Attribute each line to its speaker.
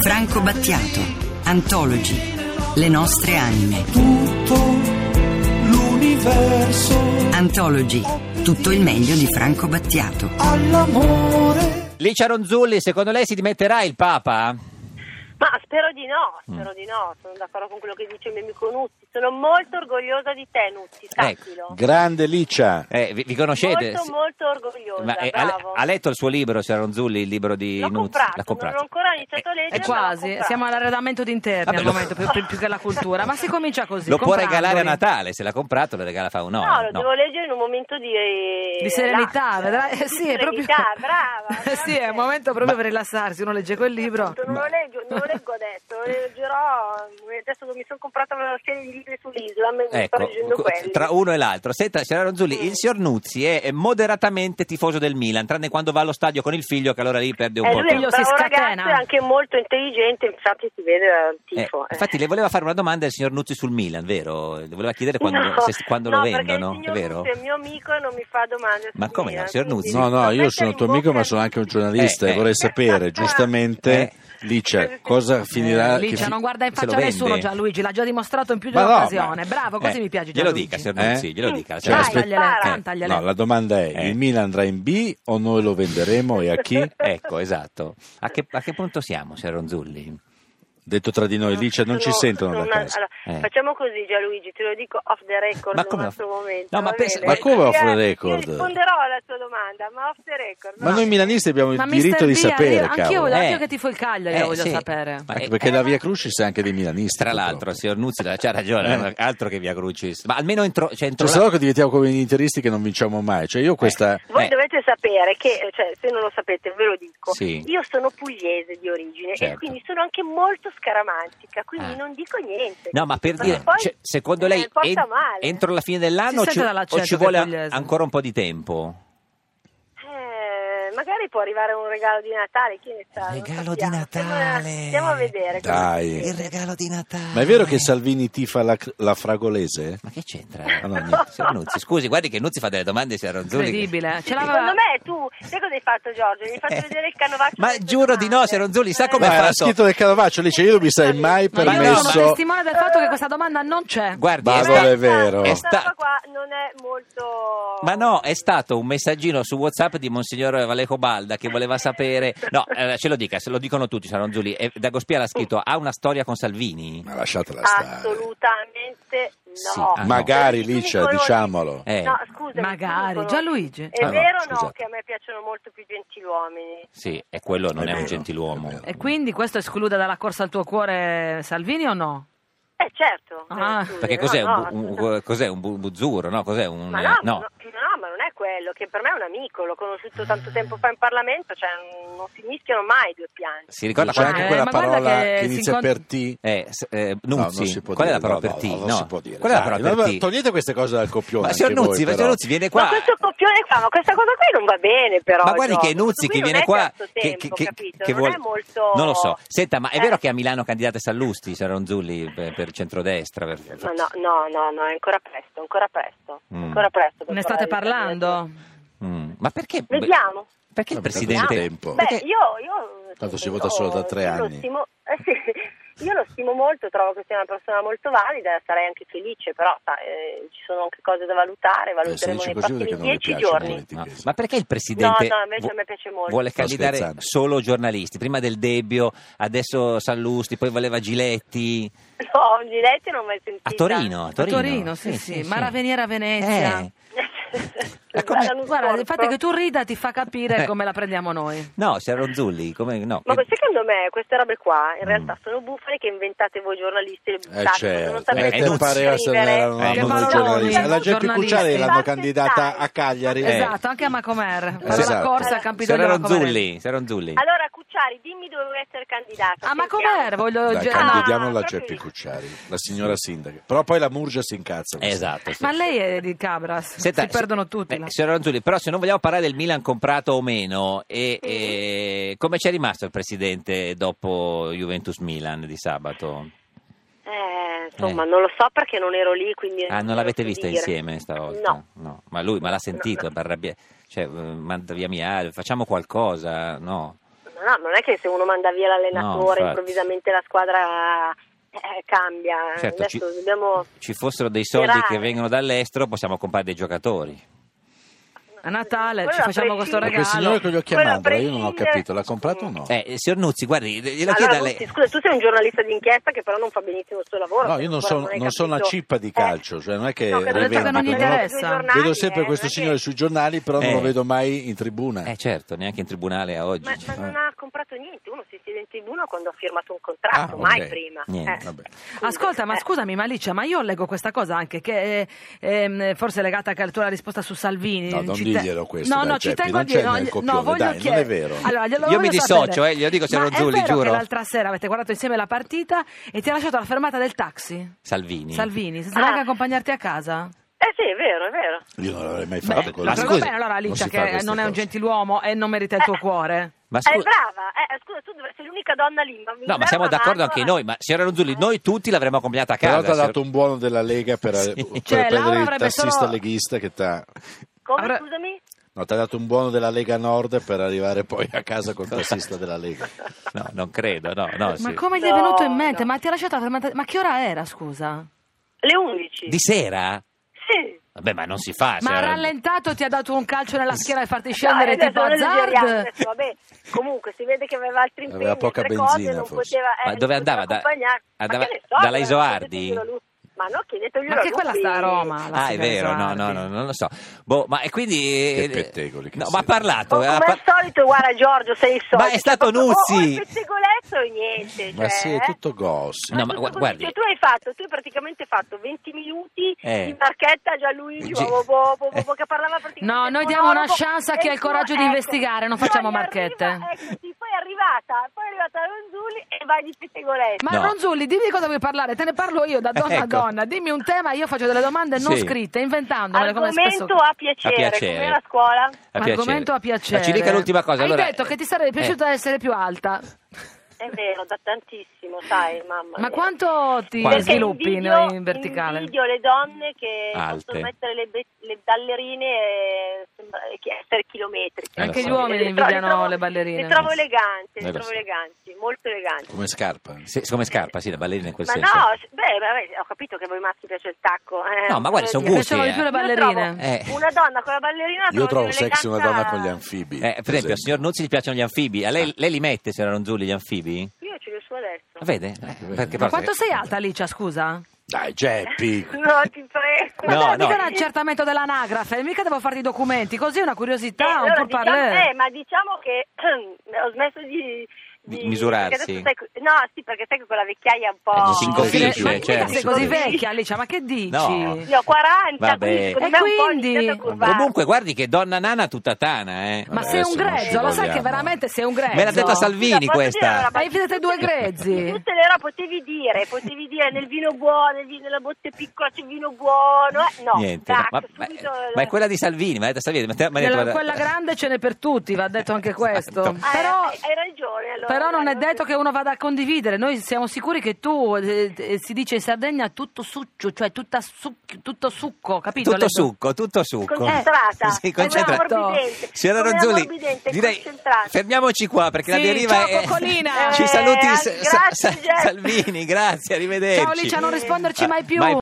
Speaker 1: Franco Battiato, Antologi, le nostre anime.
Speaker 2: Tutto l'universo
Speaker 1: Antologi, tutto il meglio di Franco Battiato.
Speaker 2: all'amore.
Speaker 3: Licia Ronzulli, secondo lei si dimetterà il Papa?
Speaker 4: Ma spero di no,
Speaker 3: Mm.
Speaker 4: spero di no, sono d'accordo con quello che dice il mio amico Nuzzi. Sono molto orgogliosa di te, Nuzzi, sappilo.
Speaker 5: Grande Licia.
Speaker 3: Eh, vi, vi conoscete?
Speaker 4: Molto,
Speaker 3: Ecco, Sì.
Speaker 4: molto orgogliosa,
Speaker 3: Ma, eh, ha, le-
Speaker 4: bravo.
Speaker 3: ha letto il suo libro, signor Ronzulli, il libro di
Speaker 4: L'ho
Speaker 3: Nuzzi?
Speaker 4: comprato,
Speaker 3: L'ha
Speaker 4: non ho ancora iniziato a
Speaker 3: Eh, eh,
Speaker 4: leggere.
Speaker 3: qua-
Speaker 4: l'ho
Speaker 6: Quasi, siamo all'arredamento di interni
Speaker 3: Vabbè,
Speaker 6: al
Speaker 3: lo-
Speaker 6: momento, più, più- più che alla cultura, ma si comincia così.
Speaker 3: Eh, Lo può
Speaker 6: comprandoli.
Speaker 3: regalare a Natale, se l'ha comprato lo regala fa un
Speaker 4: No, lo devo leggere in un momento di...
Speaker 6: Di serenità,
Speaker 4: relax.
Speaker 6: vedrai? eh, sì,
Speaker 4: Di
Speaker 6: è proprio...
Speaker 4: serenità, brava.
Speaker 6: sì, è un momento proprio per rilassarsi, uno legge quel libro.
Speaker 4: Appunto, Non lo, leggo, non lo leggo adesso, lo leggerò adesso mi sono comprata una serie di libri sull'Islam e mi sto leggendo
Speaker 3: Ecco,
Speaker 4: quelli. Mm.
Speaker 3: tra uno e l'altro. Senta, signora Ronzulli, il signor Nuzzi è è moderatamente tifoso del Milan, tranne quando va allo stadio con il figlio, che allora lì perde un
Speaker 4: Eh,
Speaker 3: po'
Speaker 4: lui
Speaker 3: il
Speaker 4: è
Speaker 3: tempo.
Speaker 4: un
Speaker 6: Figlio si
Speaker 4: bravo
Speaker 6: scatena.
Speaker 4: ragazzo, è anche molto intelligente, infatti si vede dal tifo.
Speaker 3: Eh, infatti, le voleva fare una domanda al signor Nuzzi sul Milan, vero? Le voleva chiedere quando,
Speaker 4: No,
Speaker 3: se- quando
Speaker 4: no,
Speaker 3: lo
Speaker 4: perché
Speaker 3: vendono,
Speaker 4: il
Speaker 3: è
Speaker 4: signor
Speaker 3: vero?
Speaker 4: Nuzzi è mio amico e non mi fa domande.
Speaker 3: Ma
Speaker 4: su
Speaker 3: come
Speaker 4: me, eh,
Speaker 3: no, signor
Speaker 4: quindi-
Speaker 3: Nuzzi?
Speaker 5: No, no, io
Speaker 4: Mettere
Speaker 5: sono
Speaker 4: in
Speaker 5: tuo amico
Speaker 4: bocca-
Speaker 5: ma sono anche un giornalista
Speaker 3: Eh,
Speaker 5: e
Speaker 3: eh.
Speaker 5: vorrei sapere
Speaker 3: Eh.
Speaker 5: giustamente, Licia, cosa finirà...
Speaker 6: Licia,
Speaker 5: che
Speaker 6: non guarda in
Speaker 3: se lo
Speaker 6: faccia a nessuno
Speaker 3: vende.
Speaker 6: Gianluigi, l'ha già dimostrato in più di
Speaker 5: Ma no,
Speaker 6: un'occasione.
Speaker 5: ma-
Speaker 6: Bravo, così
Speaker 3: Eh,
Speaker 6: mi piace
Speaker 3: Glielo
Speaker 6: Gianluigi.
Speaker 3: dica, signor
Speaker 5: Eh?
Speaker 3: Nuzzi, glielo dica.
Speaker 4: Cioè,
Speaker 6: Dai,
Speaker 5: aspetta-
Speaker 6: tagliale,
Speaker 3: Eh,
Speaker 6: cantagliele.
Speaker 5: No, la domanda è,
Speaker 3: Eh.
Speaker 5: il Milan andrà in B o noi lo venderemo e a chi?
Speaker 3: Ecco, esatto. A che, a che punto siamo, signor Ronzulli?
Speaker 5: Detto tra di noi, Licia, non ci
Speaker 4: sono-
Speaker 5: sentono
Speaker 4: sono
Speaker 5: da
Speaker 4: una-
Speaker 5: casa.
Speaker 4: allora,
Speaker 3: Eh.
Speaker 4: Facciamo così, Gianluigi, te lo dico off the record
Speaker 3: Ma
Speaker 4: in
Speaker 3: come
Speaker 4: un
Speaker 3: off-
Speaker 4: altro momento.
Speaker 3: No, ma
Speaker 4: va
Speaker 3: pensa-
Speaker 4: bene?
Speaker 3: ma
Speaker 5: come off the
Speaker 4: Perché
Speaker 5: record?
Speaker 4: Io risponderò alla tua domanda, ma off the record.
Speaker 5: Ma
Speaker 4: no.
Speaker 5: noi milanisti abbiamo il
Speaker 6: Ma
Speaker 5: diritto
Speaker 6: Mr.
Speaker 5: di
Speaker 6: Dia,
Speaker 5: sapere,
Speaker 6: io-
Speaker 5: cavolo.
Speaker 6: anch'io voglio-
Speaker 3: Eh,
Speaker 6: io che tifo il Cagliari, voglio sapere.
Speaker 3: Ma-
Speaker 5: Anche
Speaker 3: eh,
Speaker 5: perché la Via Crucis è anche dei milanisti. Cioè,
Speaker 3: tra l'altro,
Speaker 5: purtroppo.
Speaker 3: signor Nuzzi, c'ha ragione, eh, altro che via Crucis. Ma almeno entro... Cioè, entro
Speaker 5: Cioè, se no che diventiamo come gli interisti che non vinciamo mai. Cioè, io questa...
Speaker 4: Voi
Speaker 3: Eh.
Speaker 4: dovete sapere che, cioè, se non lo sapete ve lo dico,
Speaker 3: Sì.
Speaker 4: io sono pugliese di origine
Speaker 3: Certo.
Speaker 4: e quindi sono anche molto scaramantica, quindi
Speaker 3: Ah.
Speaker 4: non dico niente.
Speaker 3: No, ma per
Speaker 4: Perché
Speaker 3: dire,
Speaker 4: poi
Speaker 3: cioè, secondo
Speaker 4: me
Speaker 3: lei
Speaker 4: ne porta
Speaker 3: en-
Speaker 4: male.
Speaker 3: entro la fine dell'anno
Speaker 6: Si
Speaker 3: ci-
Speaker 6: sente
Speaker 3: o
Speaker 6: dall'accento
Speaker 3: ci
Speaker 6: che è
Speaker 3: vuole
Speaker 6: pugliese.
Speaker 3: ancora un po' di tempo?
Speaker 4: Eh, magari può arrivare un regalo di Natale, chi ne sa? non
Speaker 3: Regalo di
Speaker 4: sappiamo. Stiamo- eh,
Speaker 3: Natale.
Speaker 4: Stiamo a vedere. cosa
Speaker 5: Dai.
Speaker 4: succede.
Speaker 5: Il
Speaker 3: regalo di Natale.
Speaker 5: Ma è vero che Salvini tifa la, la fragolese?
Speaker 3: Ma che c'entra?
Speaker 5: Ah, no, niente.
Speaker 3: Signor Nuzzi, scusi, guardi che Nuzzi fa delle domande a Ronzulli. che-
Speaker 6: Incredibile. Ce l'aveva-
Speaker 4: Secondo me tu, sai cosa hai fatto Giorgio? Mi hai fatto
Speaker 3: Eh.
Speaker 4: vedere il canovaccio. Eh,
Speaker 3: Ma
Speaker 4: delle
Speaker 3: giuro
Speaker 4: domande.
Speaker 3: di no, signor Ronzulli, sa com'è
Speaker 5: Ma
Speaker 3: fatto?
Speaker 5: ha scritto del Canovaccio, dice io non mi sarei mai
Speaker 6: Ma io sono
Speaker 3: permesso-
Speaker 6: testimone del fatto che questa domanda non c'è.
Speaker 3: Guardi,
Speaker 5: Ma
Speaker 3: è
Speaker 4: Eh,
Speaker 5: non
Speaker 3: sta-
Speaker 5: è vero.
Speaker 4: Questa
Speaker 3: È sta-
Speaker 4: roba qua non è molto...
Speaker 3: Ma no, è stato un messaggino su WhatsApp di Monsignor Valeco Balda che voleva sapere. No, eh, ce lo dica, se lo dicono tutti, signor Ronzulli. E Dagospia l'ha scritto: ha una storia con Salvini.
Speaker 5: Ma lasciatela stare.
Speaker 4: Assolutamente no.
Speaker 3: Sì, ah, no.
Speaker 5: Magari,
Speaker 4: Tu mi
Speaker 5: Licia,
Speaker 4: conosci.
Speaker 5: diciamolo.
Speaker 3: Eh.
Speaker 4: No, scusa. tu mi
Speaker 6: Magari.
Speaker 4: conosci.
Speaker 6: Gianluigi.
Speaker 4: È
Speaker 5: Ah, no,
Speaker 4: vero o no
Speaker 5: scusate.
Speaker 4: che a me piacciono molto più i gentiluomini?
Speaker 3: Sì, e quello non
Speaker 5: È
Speaker 3: è, un
Speaker 5: vero,
Speaker 3: gentiluomo.
Speaker 5: è vero.
Speaker 6: E quindi questo esclude dalla corsa al tuo cuore Salvini o no?
Speaker 4: Eh certo.
Speaker 6: Ah.
Speaker 4: eh, scusa,
Speaker 3: Perché
Speaker 4: no,
Speaker 3: cos'è
Speaker 4: no,
Speaker 3: un, bu- un-
Speaker 4: assolutamente.
Speaker 3: cos'è un bu- buzzurro? No, cos'è un.
Speaker 4: Ma
Speaker 3: eh,
Speaker 4: no, no. no, ma non è quello, che per me è un amico, l'ho conosciuto tanto tempo fa in Parlamento, cioè non si mischiano mai i due piani.
Speaker 3: Si ricorda
Speaker 5: C'è
Speaker 6: qua-
Speaker 4: Cioè,
Speaker 5: anche
Speaker 6: eh,
Speaker 5: quella
Speaker 6: ma guarda
Speaker 5: parola
Speaker 6: che
Speaker 5: che
Speaker 6: si
Speaker 5: inizia
Speaker 6: incont-
Speaker 5: per T.
Speaker 3: Eh, s- eh,
Speaker 5: No,
Speaker 3: Nuzzi,
Speaker 5: non si può
Speaker 3: qual è
Speaker 5: dire,
Speaker 3: la parola
Speaker 5: no,
Speaker 3: per
Speaker 5: no,
Speaker 3: T?
Speaker 5: non si può dire.
Speaker 3: Qual è la
Speaker 5: Dai,
Speaker 3: parola
Speaker 5: vabbè,
Speaker 3: per T?
Speaker 5: Togliete queste cose dal copione.
Speaker 3: Ma signor
Speaker 5: anche voi,
Speaker 3: Nuzzi, ma
Speaker 5: però.
Speaker 3: signor Nuzzi viene qua.
Speaker 4: Ma questo copione qua, ma questa cosa qui non va bene però.
Speaker 3: Ma guardi
Speaker 4: Giorgio.
Speaker 3: che Nuzzi
Speaker 4: Questo
Speaker 3: che
Speaker 4: qui non
Speaker 3: viene
Speaker 4: è
Speaker 3: qua
Speaker 4: terzo
Speaker 3: che,
Speaker 4: tempo,
Speaker 3: che- che-
Speaker 4: capito?
Speaker 3: che
Speaker 4: non
Speaker 3: vuole
Speaker 4: è molto
Speaker 3: Non lo so. Senta, ma è
Speaker 4: Eh.
Speaker 3: vero che a Milano candidata Sallusti, Saronzulli per, per centrodestra, per-
Speaker 4: Ma no, no, no, no, è ancora presto, ancora presto.
Speaker 3: Mm.
Speaker 4: Ancora presto per parlare
Speaker 6: Ne state
Speaker 4: di
Speaker 6: parlando?
Speaker 3: Mm, Ma perché beh,
Speaker 4: Vediamo.
Speaker 3: Perché il
Speaker 5: Vabbè, tanto c'è
Speaker 3: presidente
Speaker 5: tempo.
Speaker 4: Beh,
Speaker 3: perché-
Speaker 4: io, io
Speaker 5: Tanto si
Speaker 4: io-
Speaker 5: vota solo da tre
Speaker 4: io Lo
Speaker 5: anni.
Speaker 4: stimo, eh sì, io lo stimo molto, trovo che sia una persona molto valida, sarei anche felice, però sa, eh, ci sono anche cose da valutare,
Speaker 5: Eh, se
Speaker 4: valuteremo
Speaker 5: dice
Speaker 4: nei
Speaker 5: così vuol dire
Speaker 4: prossimi
Speaker 5: che non le
Speaker 4: dieci
Speaker 5: piace
Speaker 4: giorni.
Speaker 5: molto.
Speaker 3: Ma, ma perché il presidente
Speaker 4: No, no, invece a me piace molto.
Speaker 3: vuole
Speaker 5: Sto
Speaker 3: candidare
Speaker 5: scherzando.
Speaker 3: solo giornalisti? Prima del Debbio, adesso Sallusti, poi voleva Giletti.
Speaker 4: No, Giletti non l'ho mai sentita.
Speaker 3: A Torino, a
Speaker 6: A
Speaker 3: Torino.
Speaker 6: sì, sì, ma la Veniera a Venezia.
Speaker 3: Eh. come-
Speaker 4: Guarda, l'anno
Speaker 6: Guarda, il
Speaker 4: scorso-
Speaker 6: fatto che tu rida ti fa capire
Speaker 3: Eh.
Speaker 6: come la prendiamo noi.
Speaker 3: No, Saronzulli, come no. Eh,
Speaker 4: Ma
Speaker 3: che-
Speaker 4: secondo me queste robe qua in
Speaker 3: Mm.
Speaker 4: realtà sono bufale che inventate voi giornalisti. le
Speaker 5: Eh
Speaker 4: buttate, cioè, non
Speaker 5: certo,
Speaker 4: sapete
Speaker 3: Eh,
Speaker 5: eh,
Speaker 4: come
Speaker 5: te
Speaker 3: Nuzzi.
Speaker 5: pareva se non
Speaker 4: scrivere.
Speaker 5: erano
Speaker 3: Eh,
Speaker 5: erano
Speaker 3: Nuzzi.
Speaker 5: giornalisti. Alla Geppi
Speaker 6: Giornalisti.
Speaker 5: Cucciari l'hanno
Speaker 4: Basta
Speaker 5: candidata
Speaker 4: stare.
Speaker 5: a Cagliari.
Speaker 3: Eh.
Speaker 6: Esatto, anche a Macomer. Fa la
Speaker 5: Esatto.
Speaker 6: corsa a Campidoglio
Speaker 3: Signora
Speaker 6: Macomer.
Speaker 3: Ronzulli, signora Ronzulli.
Speaker 4: Allora, Cucciari, dimmi dove vuoi essere candidata.
Speaker 6: Ah, ma
Speaker 4: sentiamo.
Speaker 6: com'era? Voglio
Speaker 5: Dai,
Speaker 6: ge-
Speaker 4: Ah,
Speaker 6: no.
Speaker 5: candidiamo la
Speaker 4: proprio
Speaker 5: Geppi
Speaker 4: lì.
Speaker 5: Cucciari, la signora sindaca. Però poi la Murgia si incazza.
Speaker 3: Esatto. sì.
Speaker 6: Ma lei è di Cabras,
Speaker 3: Senta,
Speaker 6: si
Speaker 3: se-
Speaker 6: perdono tutti.
Speaker 3: eh,
Speaker 6: là.
Speaker 3: signora Ronzulli, però se non vogliamo parlare del Milan comprato o meno, e, e come c'è rimasto il presidente dopo Juventus Milan di sabato?
Speaker 4: Eh, insomma,
Speaker 3: Eh.
Speaker 4: non lo so perché non ero lì, quindi...
Speaker 3: Ah, non l'avete vista
Speaker 4: Eh, dire.
Speaker 3: insieme stavolta?
Speaker 4: No.
Speaker 3: Ma lui, ma l'ha sentito, per rabbia- cioè, eh, manda via mia, facciamo qualcosa, no?
Speaker 4: ma no, non è che se uno manda via
Speaker 3: No,
Speaker 4: l'allenatore
Speaker 3: infatti.
Speaker 4: improvvisamente la squadra eh, cambia.
Speaker 3: Certo, ci,
Speaker 4: Adesso dobbiamo...
Speaker 3: ci fossero dei soldi che
Speaker 4: sperare.
Speaker 3: vengono dall'estero, possiamo comprare dei giocatori.
Speaker 6: A Natale ci
Speaker 4: Quello a
Speaker 6: facciamo questo
Speaker 5: Ma
Speaker 4: prescindere-
Speaker 5: quel
Speaker 6: regalo.
Speaker 5: signore con gli occhi a
Speaker 4: Quello a
Speaker 5: mandorla, io non ho
Speaker 4: prescindere-
Speaker 5: capito, l'ha comprato o no?
Speaker 3: Eh, eh, signor Nuzzi, guardi, glielo chiedo
Speaker 4: Allora,
Speaker 3: a lei.
Speaker 4: Gusti, scusa, tu sei un giornalista d'inchiesta che però non fa benissimo il suo lavoro.
Speaker 5: No,
Speaker 4: perché
Speaker 5: io non
Speaker 4: ancora
Speaker 5: sono,
Speaker 4: hai
Speaker 5: non sono una
Speaker 4: capito.
Speaker 5: cippa di
Speaker 4: Eh,
Speaker 5: calcio, cioè non è che
Speaker 4: no, che
Speaker 6: detto che
Speaker 5: rivendico,
Speaker 6: non gli
Speaker 5: no?
Speaker 6: interessa.
Speaker 5: Vedo sempre questo
Speaker 4: signore
Speaker 5: signore sui giornali, però non
Speaker 3: Eh.
Speaker 5: lo vedo mai in tribuna.
Speaker 3: Eh certo, neanche in tribunale a oggi.
Speaker 4: Ma, ma
Speaker 3: Eh,
Speaker 4: non ha comprato niente, uno si siede in tribuna quando ha firmato un contratto,
Speaker 5: Ah,
Speaker 4: mai
Speaker 5: ok.
Speaker 4: prima.
Speaker 3: Niente.
Speaker 5: Vabbè.
Speaker 4: Quindi,
Speaker 6: Ascolta, ma
Speaker 4: eh,
Speaker 6: scusami Malicia, ma io leggo questa cosa anche che è, ehm, forse è legata anche alla tua risposta su Salvini.
Speaker 5: No, non
Speaker 6: Ci
Speaker 5: diglielo questo,
Speaker 6: No,
Speaker 5: dai,
Speaker 6: no, ci
Speaker 5: Geppi,
Speaker 6: tengo a
Speaker 5: non
Speaker 6: dire,
Speaker 5: c'è
Speaker 6: no,
Speaker 5: nel
Speaker 6: gli-
Speaker 5: copione,
Speaker 6: no, voglio
Speaker 5: dai, non è
Speaker 6: chiedere-
Speaker 5: vero.
Speaker 6: Allora, glielo
Speaker 3: Io
Speaker 6: voglio
Speaker 3: mi
Speaker 6: sapere.
Speaker 3: dissocio, eh, glielo dico, signor
Speaker 6: Ma è
Speaker 3: Ronzulli,
Speaker 6: vero
Speaker 3: giuro.
Speaker 6: che l'altra sera avete guardato insieme la partita e ti ha lasciato la fermata del taxi?
Speaker 3: Salvini.
Speaker 6: Salvini, senza
Speaker 4: Ah.
Speaker 6: neanche accompagnarti a casa?
Speaker 4: Eh sì, è vero, è vero.
Speaker 5: Io non l'avrei mai
Speaker 3: Beh,
Speaker 5: fatto
Speaker 3: ma
Speaker 5: così.
Speaker 6: Va
Speaker 3: scusi,
Speaker 6: bene, allora Alicia,
Speaker 5: si fa
Speaker 6: che
Speaker 5: queste
Speaker 6: non è un
Speaker 5: cose.
Speaker 6: gentiluomo e non merita il tuo
Speaker 4: Eh.
Speaker 6: cuore.
Speaker 3: Ma scu-
Speaker 4: Eh, brava, eh, scusa, tu dov- sei l'unica donna lì. Ma
Speaker 3: No,
Speaker 4: mi
Speaker 3: ma
Speaker 4: vergogno
Speaker 3: siamo d'accordo
Speaker 4: ancora.
Speaker 3: anche noi, ma signora Ronzulli, noi tutti l'avremmo accompagnata a
Speaker 5: Però
Speaker 3: casa.
Speaker 5: ti ha
Speaker 3: signor-
Speaker 5: dato un buono della Lega per,
Speaker 3: Sì.
Speaker 5: per
Speaker 6: Cioè, Laura
Speaker 5: prendere il
Speaker 6: avrebbe
Speaker 5: tassista
Speaker 6: solo-
Speaker 5: leghista che ti ha...
Speaker 4: Come,
Speaker 6: Avrà-
Speaker 4: scusami?
Speaker 5: No, ti ha dato un buono della Lega Nord per arrivare poi a casa col tassista della Lega.
Speaker 3: No, non credo, no, no,
Speaker 5: Ah,
Speaker 6: Ma
Speaker 3: sì.
Speaker 6: come gli è
Speaker 4: No,
Speaker 6: venuto in mente?
Speaker 4: no.
Speaker 6: Ma ti ha lasciato la fermata? Ma che ora era, scusa?
Speaker 4: Le 11.
Speaker 3: Di sera?
Speaker 4: Sì.
Speaker 3: Vabbè, ma non si fa.
Speaker 6: Ma ha
Speaker 3: signora-
Speaker 6: rallentato, ti ha dato un calcio nella schiena per farti
Speaker 4: No,
Speaker 6: scendere
Speaker 4: adesso
Speaker 6: tipo
Speaker 4: non esageriamo,
Speaker 6: Hazard?
Speaker 4: adesso, vabbè. Comunque si vede che aveva altri impegni,
Speaker 5: Aveva poca
Speaker 4: altre
Speaker 5: benzina,
Speaker 4: cose, non
Speaker 5: forse.
Speaker 4: poteva, eh,
Speaker 3: Ma
Speaker 4: non
Speaker 3: dove
Speaker 4: poteva
Speaker 3: andava? Da-
Speaker 4: accompagnare.
Speaker 3: andava-
Speaker 4: Ma che ne so,
Speaker 3: dalla
Speaker 4: allora,
Speaker 3: Isoardi?
Speaker 4: chiedeteglielo lui. Ma no, chiedeteglielo
Speaker 6: Ma che
Speaker 4: a
Speaker 6: quella
Speaker 4: lui.
Speaker 6: sta a Roma? la
Speaker 3: Ah, è
Speaker 6: signora
Speaker 3: vero, no,
Speaker 6: Isoardi.
Speaker 3: no, no, non lo so. Boh, ma e quindi... eh,
Speaker 5: pettegoli che
Speaker 3: No, ma
Speaker 5: siete.
Speaker 3: ha parlato. eh,
Speaker 4: Oh,
Speaker 3: ha
Speaker 4: come al
Speaker 3: par-
Speaker 4: solito, guarda Giorgio, sei il
Speaker 3: Ma
Speaker 4: solito.
Speaker 3: è stato
Speaker 4: Proprio- O, o il
Speaker 3: Nuzzi!
Speaker 4: pettegolezzo o niente.
Speaker 5: Ma
Speaker 4: cioè,
Speaker 5: sì, è
Speaker 4: eh.
Speaker 5: tutto gossip.
Speaker 3: No, ma
Speaker 4: tu-
Speaker 3: gua-
Speaker 4: tu-
Speaker 3: guardi-
Speaker 4: cioè, tu hai fatto, tu hai praticamente fatto 20 minuti
Speaker 3: Eh.
Speaker 4: di marchetta Gianluigi, boh,
Speaker 3: Gi-
Speaker 4: bo- bo- bo-
Speaker 3: Eh.
Speaker 4: bo- che parlava praticamente
Speaker 6: No,
Speaker 4: del
Speaker 6: noi diamo una
Speaker 4: monologo,
Speaker 6: chance a
Speaker 4: e
Speaker 6: chi ha il
Speaker 4: tu-
Speaker 6: coraggio di
Speaker 4: ecco,
Speaker 6: investigare, non facciamo
Speaker 4: poi
Speaker 6: marchette.
Speaker 4: arriva- ecco, sì, poi è arrivata, poi è arrivata Ronzulli e vai di pettegolezzo.
Speaker 6: Ma
Speaker 3: No.
Speaker 6: Ronzulli, dimmi di cosa vuoi parlare, te ne parlo io da donna
Speaker 3: Ecco.
Speaker 6: a donna. Dimmi un tema, io faccio delle domande non
Speaker 3: Sì.
Speaker 6: scritte, inventandomele come spesso.
Speaker 4: Argomento a piacere,
Speaker 3: A piacere.
Speaker 4: come la scuola?
Speaker 3: a
Speaker 6: Argomento a piacere.
Speaker 3: Ma ci dica l'ultima cosa.
Speaker 6: Hai
Speaker 3: allora-
Speaker 6: detto che ti sarebbe piaciuto
Speaker 3: Eh,
Speaker 6: essere più alta.
Speaker 4: È vero, da tantissimo, sai, mamma
Speaker 6: Ma
Speaker 4: mia.
Speaker 6: quanto ti
Speaker 3: Quanto?
Speaker 6: sviluppi
Speaker 4: invidio-
Speaker 6: in verticale?
Speaker 4: Invidio le donne che
Speaker 3: Alte.
Speaker 4: possono mettere le, be- le ballerine e sembra- eh, chi- essere chilometriche.
Speaker 3: Anche gli
Speaker 6: uomini
Speaker 4: Le tro-
Speaker 6: invidiano
Speaker 4: le trovo-
Speaker 6: le ballerine.
Speaker 4: Le trovo eleganti,
Speaker 3: Eh,
Speaker 4: le
Speaker 3: lo
Speaker 4: trovo
Speaker 3: so.
Speaker 4: eleganti, molto eleganti.
Speaker 5: Come scarpa.
Speaker 3: Sì, come scarpa, sì, la ballerina in quel
Speaker 4: ma
Speaker 3: senso.
Speaker 4: no, s- beh, vabbè, ho capito che a voi maschi piace il tacco. eh,
Speaker 3: No, ma guardi, sono
Speaker 4: voglio dire.
Speaker 3: gusti,
Speaker 6: Piacevano di
Speaker 3: eh.
Speaker 6: più le
Speaker 4: Io
Speaker 6: ballerine.
Speaker 4: trovo
Speaker 3: Eh.
Speaker 4: Una donna con la ballerina la
Speaker 5: Io
Speaker 4: trovo
Speaker 5: trovo
Speaker 4: di
Speaker 5: sexy una
Speaker 4: un'eleganza-
Speaker 5: donna con gli anfibi.
Speaker 3: Eh, per esempio, al signor Nuzzi gli piacciono gli anfibi. A lei, lei li mette, signora Ronzulli, gli anfibi?
Speaker 4: Io ce li ho su adesso.
Speaker 3: Vede? Eh, perché forse-
Speaker 6: Ma quanto sei alta, Alicia, scusa?
Speaker 5: Dai, Geppi.
Speaker 4: No, ti prego.
Speaker 3: No,
Speaker 6: Ma dai,
Speaker 3: no.
Speaker 6: mica un accertamento dell'anagrafe, mica devo farti i documenti, così è una
Speaker 4: Eh,
Speaker 6: curiosità, un
Speaker 4: allora,
Speaker 6: po'
Speaker 4: diciamo,
Speaker 6: parlare.
Speaker 4: eh, ma diciamo che ho smesso di,
Speaker 3: Di misurarsi.
Speaker 4: perché adesso sai que- no, sì, perché sai che quella vecchiaia è un
Speaker 3: Eh,
Speaker 4: po'.
Speaker 3: non si
Speaker 6: Ma che-
Speaker 3: inconfigge,
Speaker 6: ma
Speaker 3: certo.
Speaker 6: mica sei così
Speaker 3: Sì.
Speaker 6: vecchia, Alicia, ma che dici?
Speaker 3: No.
Speaker 4: Io ho 40,
Speaker 3: Vabbè.
Speaker 4: quindi secondo
Speaker 6: E
Speaker 4: me un po' ho
Speaker 6: quindi?
Speaker 4: iniziato a curvarmi.
Speaker 3: Comunque, guardi che donna nana tutta tana, eh.
Speaker 6: Ma
Speaker 5: Vabbè,
Speaker 6: sei un
Speaker 5: adesso non ci
Speaker 6: grezzo, lo sai
Speaker 5: vogliamo.
Speaker 6: che veramente sei un grezzo.
Speaker 3: Me l'ha detto a Salvini
Speaker 4: Scusa, posso
Speaker 3: questa.
Speaker 4: dire una roba?
Speaker 6: Hai fidato due grezzi.
Speaker 4: Tutte le ore potevi dire, potevi dire nel vino buono, nel vino- nella botte piccola c'è vino buono, eh, no,
Speaker 3: Niente,
Speaker 4: tac,
Speaker 3: no, ma,
Speaker 4: subito-
Speaker 3: ma- ma è quella di Salvini, ma è da Salvini. Ma te- ma-
Speaker 6: Nella-
Speaker 3: guarda-
Speaker 6: quella grande ce n'è per tutti, va detto anche questo.
Speaker 3: Esatto.
Speaker 4: Ah,
Speaker 6: Però,
Speaker 4: hai, hai ragione. allora,
Speaker 6: però non
Speaker 4: dai,
Speaker 6: è detto che uno vada a condividere. Noi siamo sicuri che tu, eh, eh, si dice in Sardegna, tutto succio, cioè tutta suc- tutto succo, capito?
Speaker 3: eh, Tutto
Speaker 6: Le-
Speaker 3: succo, tutto succo.
Speaker 4: Concentrata,
Speaker 3: Sì, Eh,
Speaker 4: come
Speaker 6: concentrata.
Speaker 3: concentrata.
Speaker 4: una morbidente,
Speaker 3: Signora
Speaker 4: come una
Speaker 3: Ronzulli,
Speaker 4: morbidente,
Speaker 3: direi
Speaker 4: concentrata.
Speaker 3: fermiamoci qua perché la
Speaker 6: Sì,
Speaker 3: deriva
Speaker 6: ciao,
Speaker 3: è...
Speaker 6: coccolina.
Speaker 3: Ci
Speaker 4: Eh,
Speaker 3: saluti
Speaker 4: grazie,
Speaker 3: sa- sa-
Speaker 4: Jeff.
Speaker 3: Salvini, grazie, arrivederci.
Speaker 6: Ciao Alicia, non risponderci mai più.
Speaker 3: Mai